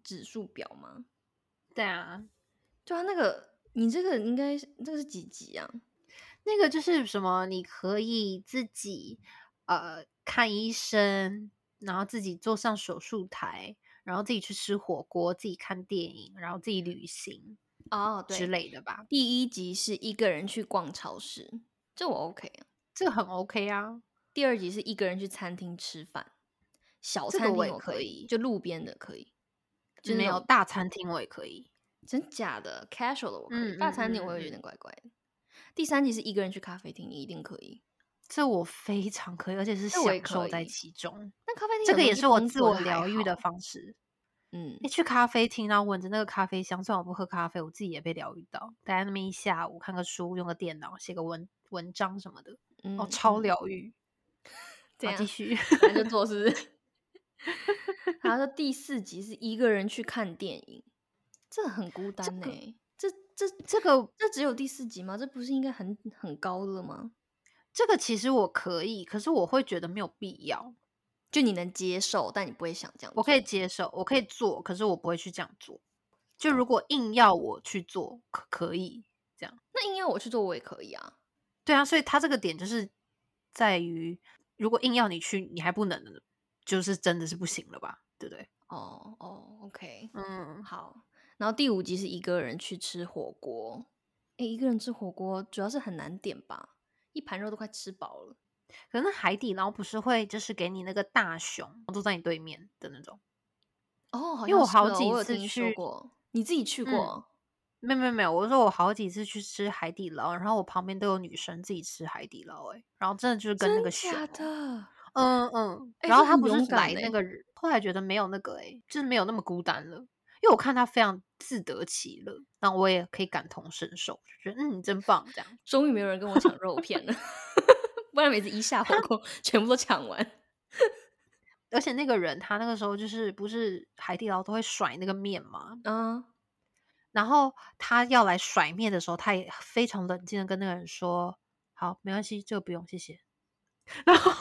Speaker 1: 指数表吗？
Speaker 2: 对啊，
Speaker 1: 就它那个，你这个应该是这个是几级啊？
Speaker 2: 那个就是什么，你可以自己呃看医生，然后自己坐上手术台，然后自己去吃火锅，自己看电影，然后自己旅行
Speaker 1: 哦，
Speaker 2: 之类的吧，
Speaker 1: 第一集是一个人去逛超市，这我 OK 啊。
Speaker 2: 这很 OK 啊。
Speaker 1: 第二集是一个人去餐厅吃饭，小
Speaker 2: 这个
Speaker 1: 餐厅
Speaker 2: 我也
Speaker 1: 我
Speaker 2: 可
Speaker 1: 可
Speaker 2: 以
Speaker 1: 就路边的可以，就
Speaker 2: 没有
Speaker 1: 大。
Speaker 2: 大餐厅我也可以，
Speaker 1: 真假的 casual 的我可以，
Speaker 2: 嗯
Speaker 1: 大
Speaker 2: 嗯
Speaker 1: 餐厅
Speaker 2: 嗯
Speaker 1: 我会有
Speaker 2: 嗯
Speaker 1: 点怪怪的。第三集是一个人去咖啡厅，你一定可以。
Speaker 2: 这我非常可以，而且是
Speaker 1: 这我也
Speaker 2: 享
Speaker 1: 可
Speaker 2: 受在
Speaker 1: 以
Speaker 2: 其中。
Speaker 1: 但咖啡厅
Speaker 2: 这
Speaker 1: 有
Speaker 2: 个
Speaker 1: 东
Speaker 2: 也
Speaker 1: 西
Speaker 2: 是我
Speaker 1: 工
Speaker 2: 自
Speaker 1: 作
Speaker 2: 我
Speaker 1: 的还
Speaker 2: 疗愈的
Speaker 1: 好
Speaker 2: 方式。
Speaker 1: 嗯
Speaker 2: 一去咖啡厅，然后闻着那个咖啡香，虽然我不喝咖啡，我自己也被疗愈到。待在那边一下午，看个书，用个电脑，写个文文章什么的，
Speaker 1: 嗯，
Speaker 2: 哦，超
Speaker 1: 嗯
Speaker 2: 疗愈。
Speaker 1: 这
Speaker 2: 好
Speaker 1: 样
Speaker 2: 继续。
Speaker 1: 反正就做是不是？ 然 后第四集是一个人去看电影，这很孤单呢、
Speaker 2: 个
Speaker 1: 这这
Speaker 2: 这个
Speaker 1: 这只有第四集吗？这不是应该很很高了吗？
Speaker 2: 这个其实我可以，可是我会觉得没有必要。
Speaker 1: 就你能接受，但你不会想这样做。
Speaker 2: 我可以接受，我可以做，可是我不会去这样做。就如果硬要我去做，可可以这样。
Speaker 1: 那硬要我去做，我也可以啊。
Speaker 2: 对啊，所以他这个点就是在于，如果硬要你去，你还不能的，就是真的是不行了吧？对不对？
Speaker 1: 哦哦，OK，
Speaker 2: 嗯，
Speaker 1: 好。然后第五集是一个人去吃火锅，诶，一个人吃火锅主要是很难点吧，一盘肉都快吃饱了。
Speaker 2: 可能海底捞不是会就是给你那个大熊坐在你对面的那种，
Speaker 1: 哦，好
Speaker 2: 因为我
Speaker 1: 像是哦
Speaker 2: 好几
Speaker 1: 我有
Speaker 2: 次
Speaker 1: 听说
Speaker 2: 去
Speaker 1: 过，你自己去过？
Speaker 2: 嗯没有没有没有，我说我好几次去吃海底捞，然后我旁边都有女生自己吃海底捞，哎，然后真的就是跟那
Speaker 1: 真
Speaker 2: 个选
Speaker 1: 假
Speaker 2: 哦，
Speaker 1: 的？
Speaker 2: 嗯嗯，
Speaker 1: 哎
Speaker 2: 然
Speaker 1: 这
Speaker 2: 后他
Speaker 1: 很
Speaker 2: 不是
Speaker 1: 勇敢
Speaker 2: 来
Speaker 1: 欸
Speaker 2: 那个日，后来觉得没有那个，哎，就是没有那么孤单了，因为我看他非常自得其乐，那我也可以感同身受，就觉得嗯，你真棒这样。
Speaker 1: 终于没有人跟我抢肉 片了，不然每次一下火锅全部都抢完。
Speaker 2: 而且那个人他那个时候就是不是海底捞都会甩那个面嘛，
Speaker 1: 嗯，
Speaker 2: 然后他要来甩面的时候，他也非常冷静的跟那个人说：“好，没关系，这个不用，谢谢。” 然后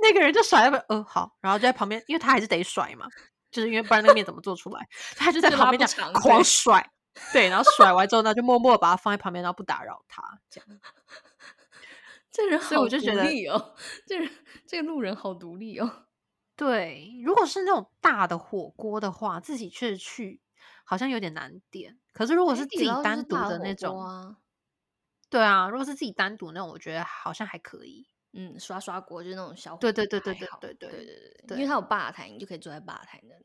Speaker 2: 那个人就甩了个，呃，好，然后就在旁边，因为他还是得甩嘛，就是因为不然那个面怎么做出来？他就在
Speaker 1: 就
Speaker 2: 旁
Speaker 1: 拉不
Speaker 2: 边这样
Speaker 1: 长
Speaker 2: 狂
Speaker 1: 对
Speaker 2: 甩，对，然后甩完之后呢，就默默地把它放在旁边，然后不打扰他，这样。
Speaker 1: 这人
Speaker 2: 所以我
Speaker 1: 好
Speaker 2: 就
Speaker 1: 独
Speaker 2: 觉得
Speaker 1: 立哦，这人这个路人好独立哦。
Speaker 2: 对，如果是那种大的火锅的话，自己去去好像有点难点。可是如果
Speaker 1: 海
Speaker 2: 是
Speaker 1: 底
Speaker 2: 自己
Speaker 1: 捞就
Speaker 2: 单
Speaker 1: 是
Speaker 2: 独
Speaker 1: 大
Speaker 2: 的
Speaker 1: 火锅
Speaker 2: 那种，
Speaker 1: 啊，
Speaker 2: 对啊，如果是自己单独那种，我觉得好像还可以。
Speaker 1: 嗯，刷刷锅就是那种小火锅，
Speaker 2: 对对对对
Speaker 1: 还
Speaker 2: 对
Speaker 1: 好。
Speaker 2: 对对
Speaker 1: 对对对，
Speaker 2: 对
Speaker 1: 因为它有吧台，你就可以坐在吧台那里。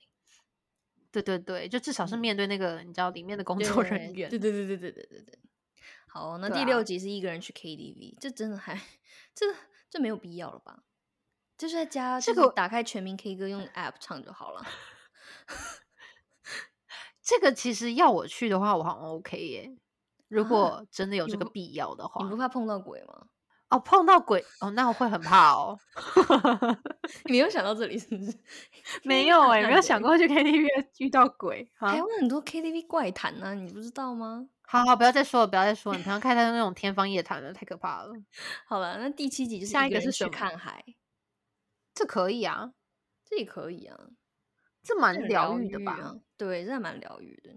Speaker 2: 对对对，就至少是
Speaker 1: 嗯
Speaker 2: 面对那个你知道里面的工
Speaker 1: 对
Speaker 2: 作人员。
Speaker 1: 对对对对对对对对。好，那
Speaker 2: 对
Speaker 1: 第
Speaker 2: 啊
Speaker 1: 六集是一个人去 KTV，这真的还这这没有必要了吧？就是在家，
Speaker 2: 这
Speaker 1: 就是
Speaker 2: 个
Speaker 1: 打开全民 K 歌，用 App 唱就好了。
Speaker 2: 这个其实要我去的话，我好像 OK 耶。如
Speaker 1: 啊
Speaker 2: 果真的有
Speaker 1: 你
Speaker 2: 这个
Speaker 1: 不
Speaker 2: 必要的
Speaker 1: 你
Speaker 2: 话
Speaker 1: 不，怕碰到鬼吗？
Speaker 2: 哦，碰到鬼哦，那我会很怕 哦。
Speaker 1: 你没有想到这里是不是？
Speaker 2: 没
Speaker 1: KTV
Speaker 2: 有
Speaker 1: 哪
Speaker 2: 哎、
Speaker 1: 哪
Speaker 2: 没有
Speaker 1: 里
Speaker 2: 想过去 KTV 遇到鬼啊
Speaker 1: 台。湾很多 KTV 怪谈呐、你不知道吗？
Speaker 2: 好好，不要再说了，不要再说了，你平常看到那种天方夜谭了，太可怕了。
Speaker 1: 好了，那第七集就是
Speaker 2: 下一
Speaker 1: 个
Speaker 2: 个
Speaker 1: 人
Speaker 2: 是什
Speaker 1: 去
Speaker 2: 么
Speaker 1: 看海，
Speaker 2: 这可以啊，
Speaker 1: 这也可以啊，
Speaker 2: 这
Speaker 1: 这
Speaker 2: 蛮
Speaker 1: 很
Speaker 2: 疗
Speaker 1: 疗
Speaker 2: 愈的
Speaker 1: 愈
Speaker 2: 吧？
Speaker 1: 啊，对，这还蛮疗愈的，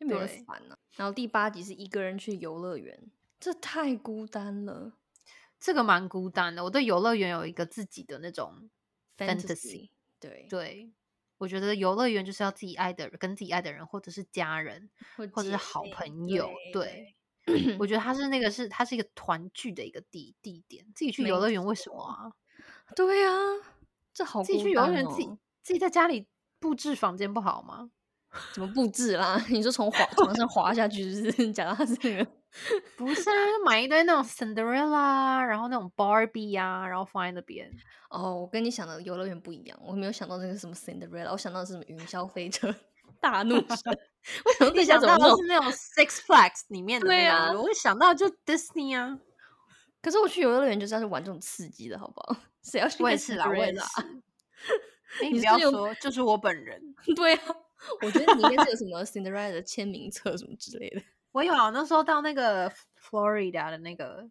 Speaker 1: 就没有
Speaker 2: 对
Speaker 1: 人烦啊。然后第八集是一个人去游乐园，这太孤单了
Speaker 2: 这个蛮孤单的。我对游乐园有一个自己的那种 fantasy，
Speaker 1: ，fantasy，对，
Speaker 2: 对我觉得游乐园就是要自己爱的人，跟自己爱的人，或者是家人，
Speaker 1: 或
Speaker 2: 或
Speaker 1: 姐
Speaker 2: 者是好
Speaker 1: 妹，
Speaker 2: 朋友，
Speaker 1: 对
Speaker 2: 对。
Speaker 1: 对
Speaker 2: 我觉得它是那个是它是一个团聚的一个地地点，自己去游
Speaker 1: 没
Speaker 2: 乐园为什么啊？
Speaker 1: 对啊，这好
Speaker 2: 自己
Speaker 1: 孤
Speaker 2: 去游乐
Speaker 1: 单
Speaker 2: 园自己
Speaker 1: 哦，
Speaker 2: 自己在家里布置房间不好吗？
Speaker 1: 怎么布置啦？ 你说从滑床上滑下去，是不 是？讲到他这个。
Speaker 2: 不是啊，就买一堆那种 Cinderella，啊然后那种 Barbie 啊，然后放在那边。
Speaker 1: 哦，我跟你想的游乐园不一样，我没有想到那个什么 Cinderella，我想到的是什么云霄飞车、 大怒神，我想到
Speaker 2: 你
Speaker 1: 这家
Speaker 2: 想
Speaker 1: 怎
Speaker 2: 到
Speaker 1: 么
Speaker 2: 的
Speaker 1: 弄
Speaker 2: 是？那种 Six Flags 里面的
Speaker 1: 对
Speaker 2: 那
Speaker 1: 啊
Speaker 2: 种，我一想到就 Disney 啊。
Speaker 1: 可是我去游乐园就是要去玩这种刺激的，好不好？ 谁要去
Speaker 2: 我
Speaker 1: 看
Speaker 2: 也是啦，我 也
Speaker 1: Cinderella
Speaker 2: 是
Speaker 1: 啊。
Speaker 2: 哎
Speaker 1: 你
Speaker 2: 你
Speaker 1: 是
Speaker 2: 不要
Speaker 1: 用
Speaker 2: 说，就是我本人。
Speaker 1: 对啊， 我觉得你应该是有什 么 Cinderella 的签名册什么之类的。
Speaker 2: 我有啊，那时候到那个 Florida 的那个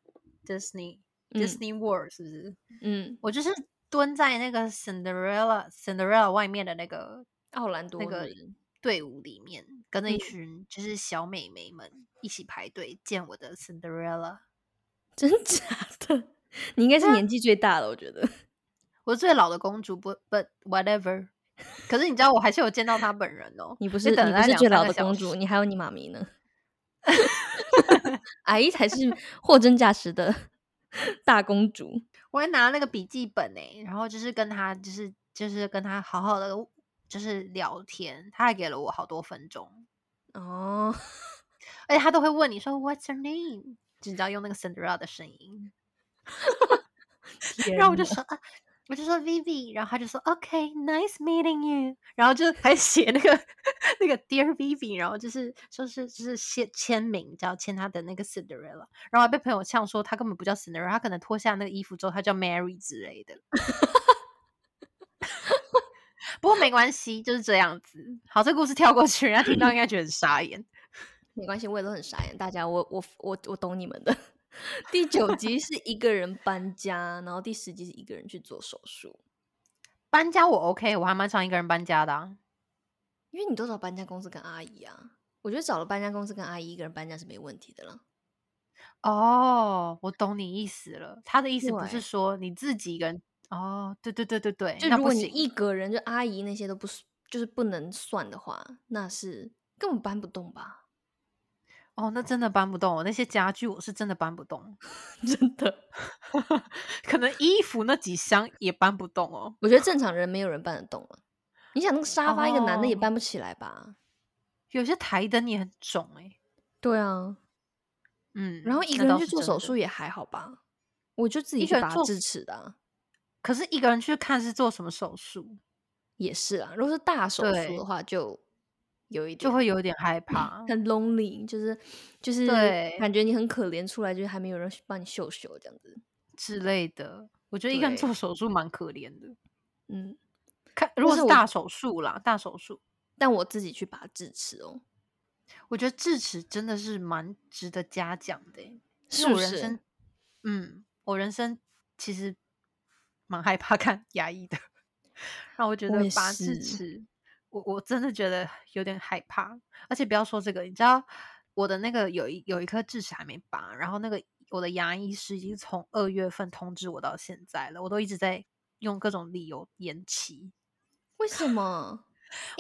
Speaker 2: Disney、
Speaker 1: 嗯
Speaker 2: Disney World 是不是？
Speaker 1: 嗯，
Speaker 2: 我就是蹲在那个 Cinderella Cinderella 外面的那个
Speaker 1: 奥兰
Speaker 2: 那
Speaker 1: 多
Speaker 2: 个
Speaker 1: 人，
Speaker 2: 队伍里面，跟着一
Speaker 1: 嗯
Speaker 2: 群就是小美眉们一起排队见我的 Cinderella。
Speaker 1: 真假的？ 你应该是年纪最大的，我觉得。
Speaker 2: 我是最老的公主，不，but whatever。可 是你知道，我还是有见到她本人哦。
Speaker 1: 你不
Speaker 2: 就是等
Speaker 1: 你
Speaker 2: 了
Speaker 1: 不
Speaker 2: 她
Speaker 1: 是
Speaker 2: 两
Speaker 1: 最
Speaker 2: 三
Speaker 1: 老
Speaker 2: 个
Speaker 1: 的
Speaker 2: 小
Speaker 1: 公
Speaker 2: 时
Speaker 1: 主，你还有你妈咪呢。 阿姨才是货真价实的 大公主。
Speaker 2: 我还拿那个笔记本诶、然后就是跟他，就是就是跟他好好的，就是聊天。他还给了我好多分钟，
Speaker 1: 哦，
Speaker 2: 而且他都会问你说 "What's your name"，就你知道用那个 Cinderella 的声音。
Speaker 1: 天
Speaker 2: 然后我就
Speaker 1: 呐
Speaker 2: 说啊，我就说 Vivi，然后他就说 OK，nice、meeting you，然后就还写那个那个 Dear Vivi，然后就是说是就是签签名，只要签他的那个 Cinderella，然后还被朋友呛说他根本不叫 Cinderella，他可能脱下那个衣服之后他叫 Mary 之类的。不过没关系，就是这样子。好，这故事跳过去，人家听到应该觉得很傻眼。
Speaker 1: 没关系，我也都很傻眼。大家，我我我我懂你们的。第九集是一个人搬家，然后第十集是一个人去做手术。
Speaker 2: 搬家我 OK，我还蛮常一个人搬家的、啊。
Speaker 1: 因为你都找搬家公司跟阿姨啊，我觉得找了搬家公司跟阿姨，一个人搬家是没问题的啦。
Speaker 2: 哦，我懂你意思了。他的意思不是
Speaker 1: 对
Speaker 2: 说你自己一个人。哦，对对对对对，
Speaker 1: 就
Speaker 2: 那
Speaker 1: 如
Speaker 2: 不
Speaker 1: 果你
Speaker 2: 行。啊
Speaker 1: 一个人，就阿姨那些都不是，就是不能算的话，那是根本搬不动吧？
Speaker 2: 哦，那真的搬不动。那些家具我是真的搬不动，
Speaker 1: 真的，
Speaker 2: 可能衣服那几箱也搬不动哦。
Speaker 1: 我觉得正常人没有人搬得动了。你想那个沙发，一个男的也
Speaker 2: 哦
Speaker 1: 搬不起来吧？
Speaker 2: 有些台灯也很重哎、
Speaker 1: 对啊，
Speaker 2: 嗯，
Speaker 1: 然后一
Speaker 2: 那
Speaker 1: 个人
Speaker 2: 倒
Speaker 1: 去
Speaker 2: 是
Speaker 1: 做
Speaker 2: 真
Speaker 1: 手
Speaker 2: 的
Speaker 1: 术，也还好吧，我就自己
Speaker 2: 一
Speaker 1: 去
Speaker 2: 个人
Speaker 1: 拔
Speaker 2: 做
Speaker 1: 智齿的、啊。
Speaker 2: 可是一个人去看是做什么手术，
Speaker 1: 也是啊，如果是大手术
Speaker 2: 对
Speaker 1: 的话，就有一点
Speaker 2: 就会有点害 怕。
Speaker 1: 很 lonely，就是就是
Speaker 2: 对
Speaker 1: 感觉你很可怜，出来就是还没有人帮你秀秀这样子。
Speaker 2: 之类的。我觉得一个人
Speaker 1: 对
Speaker 2: 做手术蛮可怜的，
Speaker 1: 嗯，
Speaker 2: 看
Speaker 1: 或
Speaker 2: 如果
Speaker 1: 是
Speaker 2: 是
Speaker 1: 我
Speaker 2: 大手术啦，大手术，
Speaker 1: 但我自己去拔智齿哦，
Speaker 2: 我觉得智齿真的是蛮值得嘉奖的欸、
Speaker 1: 是
Speaker 2: 我
Speaker 1: 不
Speaker 2: 人
Speaker 1: 是
Speaker 2: 生，嗯，我人生其实蛮害怕 看牙医的，让我觉
Speaker 1: 我
Speaker 2: 得
Speaker 1: 也
Speaker 2: 拔智
Speaker 1: 是
Speaker 2: 齿，我我真的觉得有点害怕。而且不要说这个，你知道我的那个有一有一颗智齿还没拔，然后那个我的牙医师已经从二月份通知我到现在了，我都一直在用各种理由延期。
Speaker 1: 为什么？欸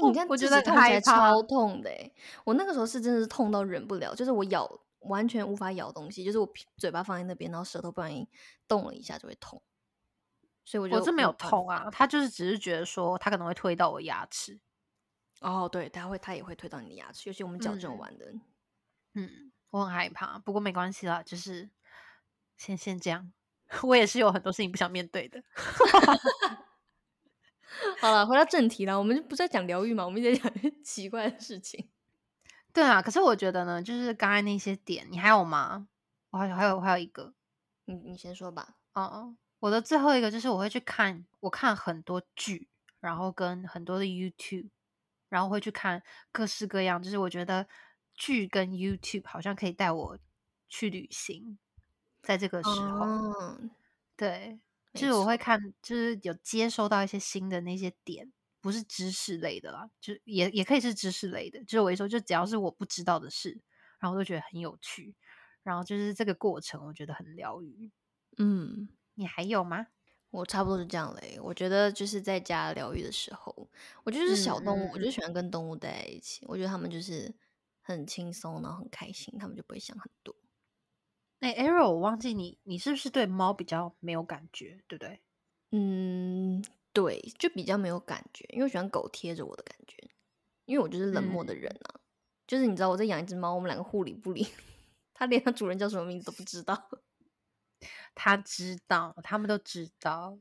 Speaker 2: 我
Speaker 1: 你看
Speaker 2: 我
Speaker 1: 智
Speaker 2: 觉
Speaker 1: 齿
Speaker 2: 得
Speaker 1: 痛
Speaker 2: 很
Speaker 1: 起
Speaker 2: 害
Speaker 1: 来
Speaker 2: 怕
Speaker 1: 超痛的、欸，我那个时候是真的是痛到忍不了，就是我咬完全无法咬东西，就是我皮嘴巴放在那边，然后舌头不小心动了一下就会痛，所以我就
Speaker 2: 我真没哦有
Speaker 1: 办
Speaker 2: 痛
Speaker 1: 法
Speaker 2: 啊，他就是只是觉得说他可能会推到我牙齿，
Speaker 1: 哦，对，它会，它也会推到你的牙齿，尤其我们矫正
Speaker 2: 嗯
Speaker 1: 完的，
Speaker 2: 嗯，我很害怕，不过没关系啦，就是先先这样。 我也是有很多事情不想面对的，
Speaker 1: 好了，回到正题啦，我们就不是在讲疗愈嘛，我们一直在讲一 些奇怪的事情。
Speaker 2: 对啊。可是我觉得呢，就是刚才那些点，你还有吗？我还有还有还有一个
Speaker 1: 你你先说吧。
Speaker 2: 哦，我的最后一个就是我会去看，我看很多剧，然后跟很多的 YouTube，然后会去看各式各样，就是我觉得剧跟 YouTube 好像可以带我去旅行，在这个时候。
Speaker 1: 嗯，
Speaker 2: 对，
Speaker 1: 没
Speaker 2: 就是我会
Speaker 1: 错
Speaker 2: 看，就是有接收到一些新的那些点，不是知识类的啦，就也也可以是知识类的。就是我一说，就只要是我不知道的事，然后我都觉得很有趣，然后就是这个过程，我觉得很疗愈。
Speaker 1: 嗯，
Speaker 2: 你还有吗？
Speaker 1: 我差不多是这样嘞。我觉得就是在家疗愈的时候，我觉得就是小
Speaker 2: 嗯
Speaker 1: 动物，我
Speaker 2: 嗯
Speaker 1: 就喜欢跟动物待在一起。我觉得它们就是很轻松，然后很开心，它们就不会想很多。
Speaker 2: 哎、a r o 我忘记你，你是不是对猫比较没有感觉，对不对？
Speaker 1: 嗯，对，就比较没有感觉，因为我喜欢狗贴着我的感觉，因为我就是冷漠的人
Speaker 2: 嗯
Speaker 1: 啊。就是你知道我在养一只猫，我们两个互理不理， 它连它主人叫什么名字都不知道。
Speaker 2: 他知道，他们都知道。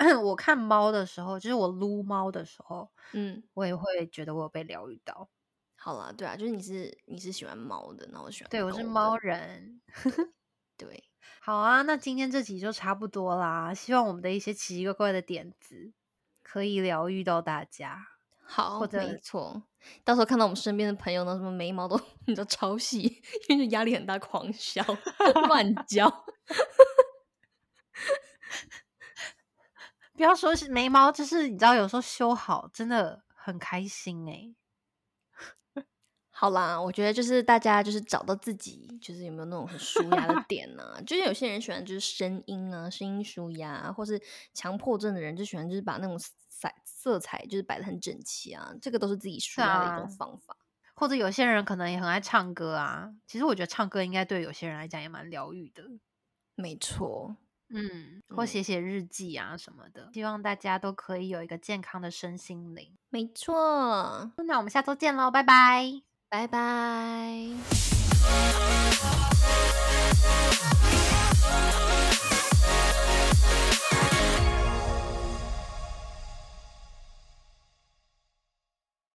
Speaker 2: 我看猫的时候，就是我撸猫的时候，
Speaker 1: 嗯，
Speaker 2: 我也会觉得我有被疗愈到。
Speaker 1: 好啦，对啊，就是你是你是喜欢猫的，然后我喜欢
Speaker 2: 对，我
Speaker 1: 狗
Speaker 2: 是
Speaker 1: 的
Speaker 2: 猫，人，
Speaker 1: 对，
Speaker 2: 好啊，那今天这集就差不多啦。希望我们的一些奇奇怪怪的点子可以疗愈到大家。
Speaker 1: 好，没
Speaker 2: 者
Speaker 1: 错。到时候看到我们身边的朋友呢，什么眉毛都 你知道超细，因为就压力很大，狂削 乱嚼。
Speaker 2: 不要说是眉毛，就是你知道，有时候修好真的很开心哎、
Speaker 1: 好啦，我觉得就是大家就是找到自己，就是有没有那种很舒压的点呢、 就是有些人喜欢就是声音啊，声音舒压啊，或是强迫症的人就喜欢就是把那种色色彩就是摆的很整齐啊，这个都是自己舒压的一种
Speaker 2: 啊
Speaker 1: 方法。
Speaker 2: 或者有些人可能也很爱唱歌啊。其实我觉得唱歌应该对有些人来讲也蛮疗愈的。
Speaker 1: 没错，
Speaker 2: 嗯，或
Speaker 1: 嗯
Speaker 2: 写写日记啊什么的。希望大家都可以有一个健康的身心灵。
Speaker 1: 没错。
Speaker 2: 那我们下周见喽，拜拜。
Speaker 1: 拜拜。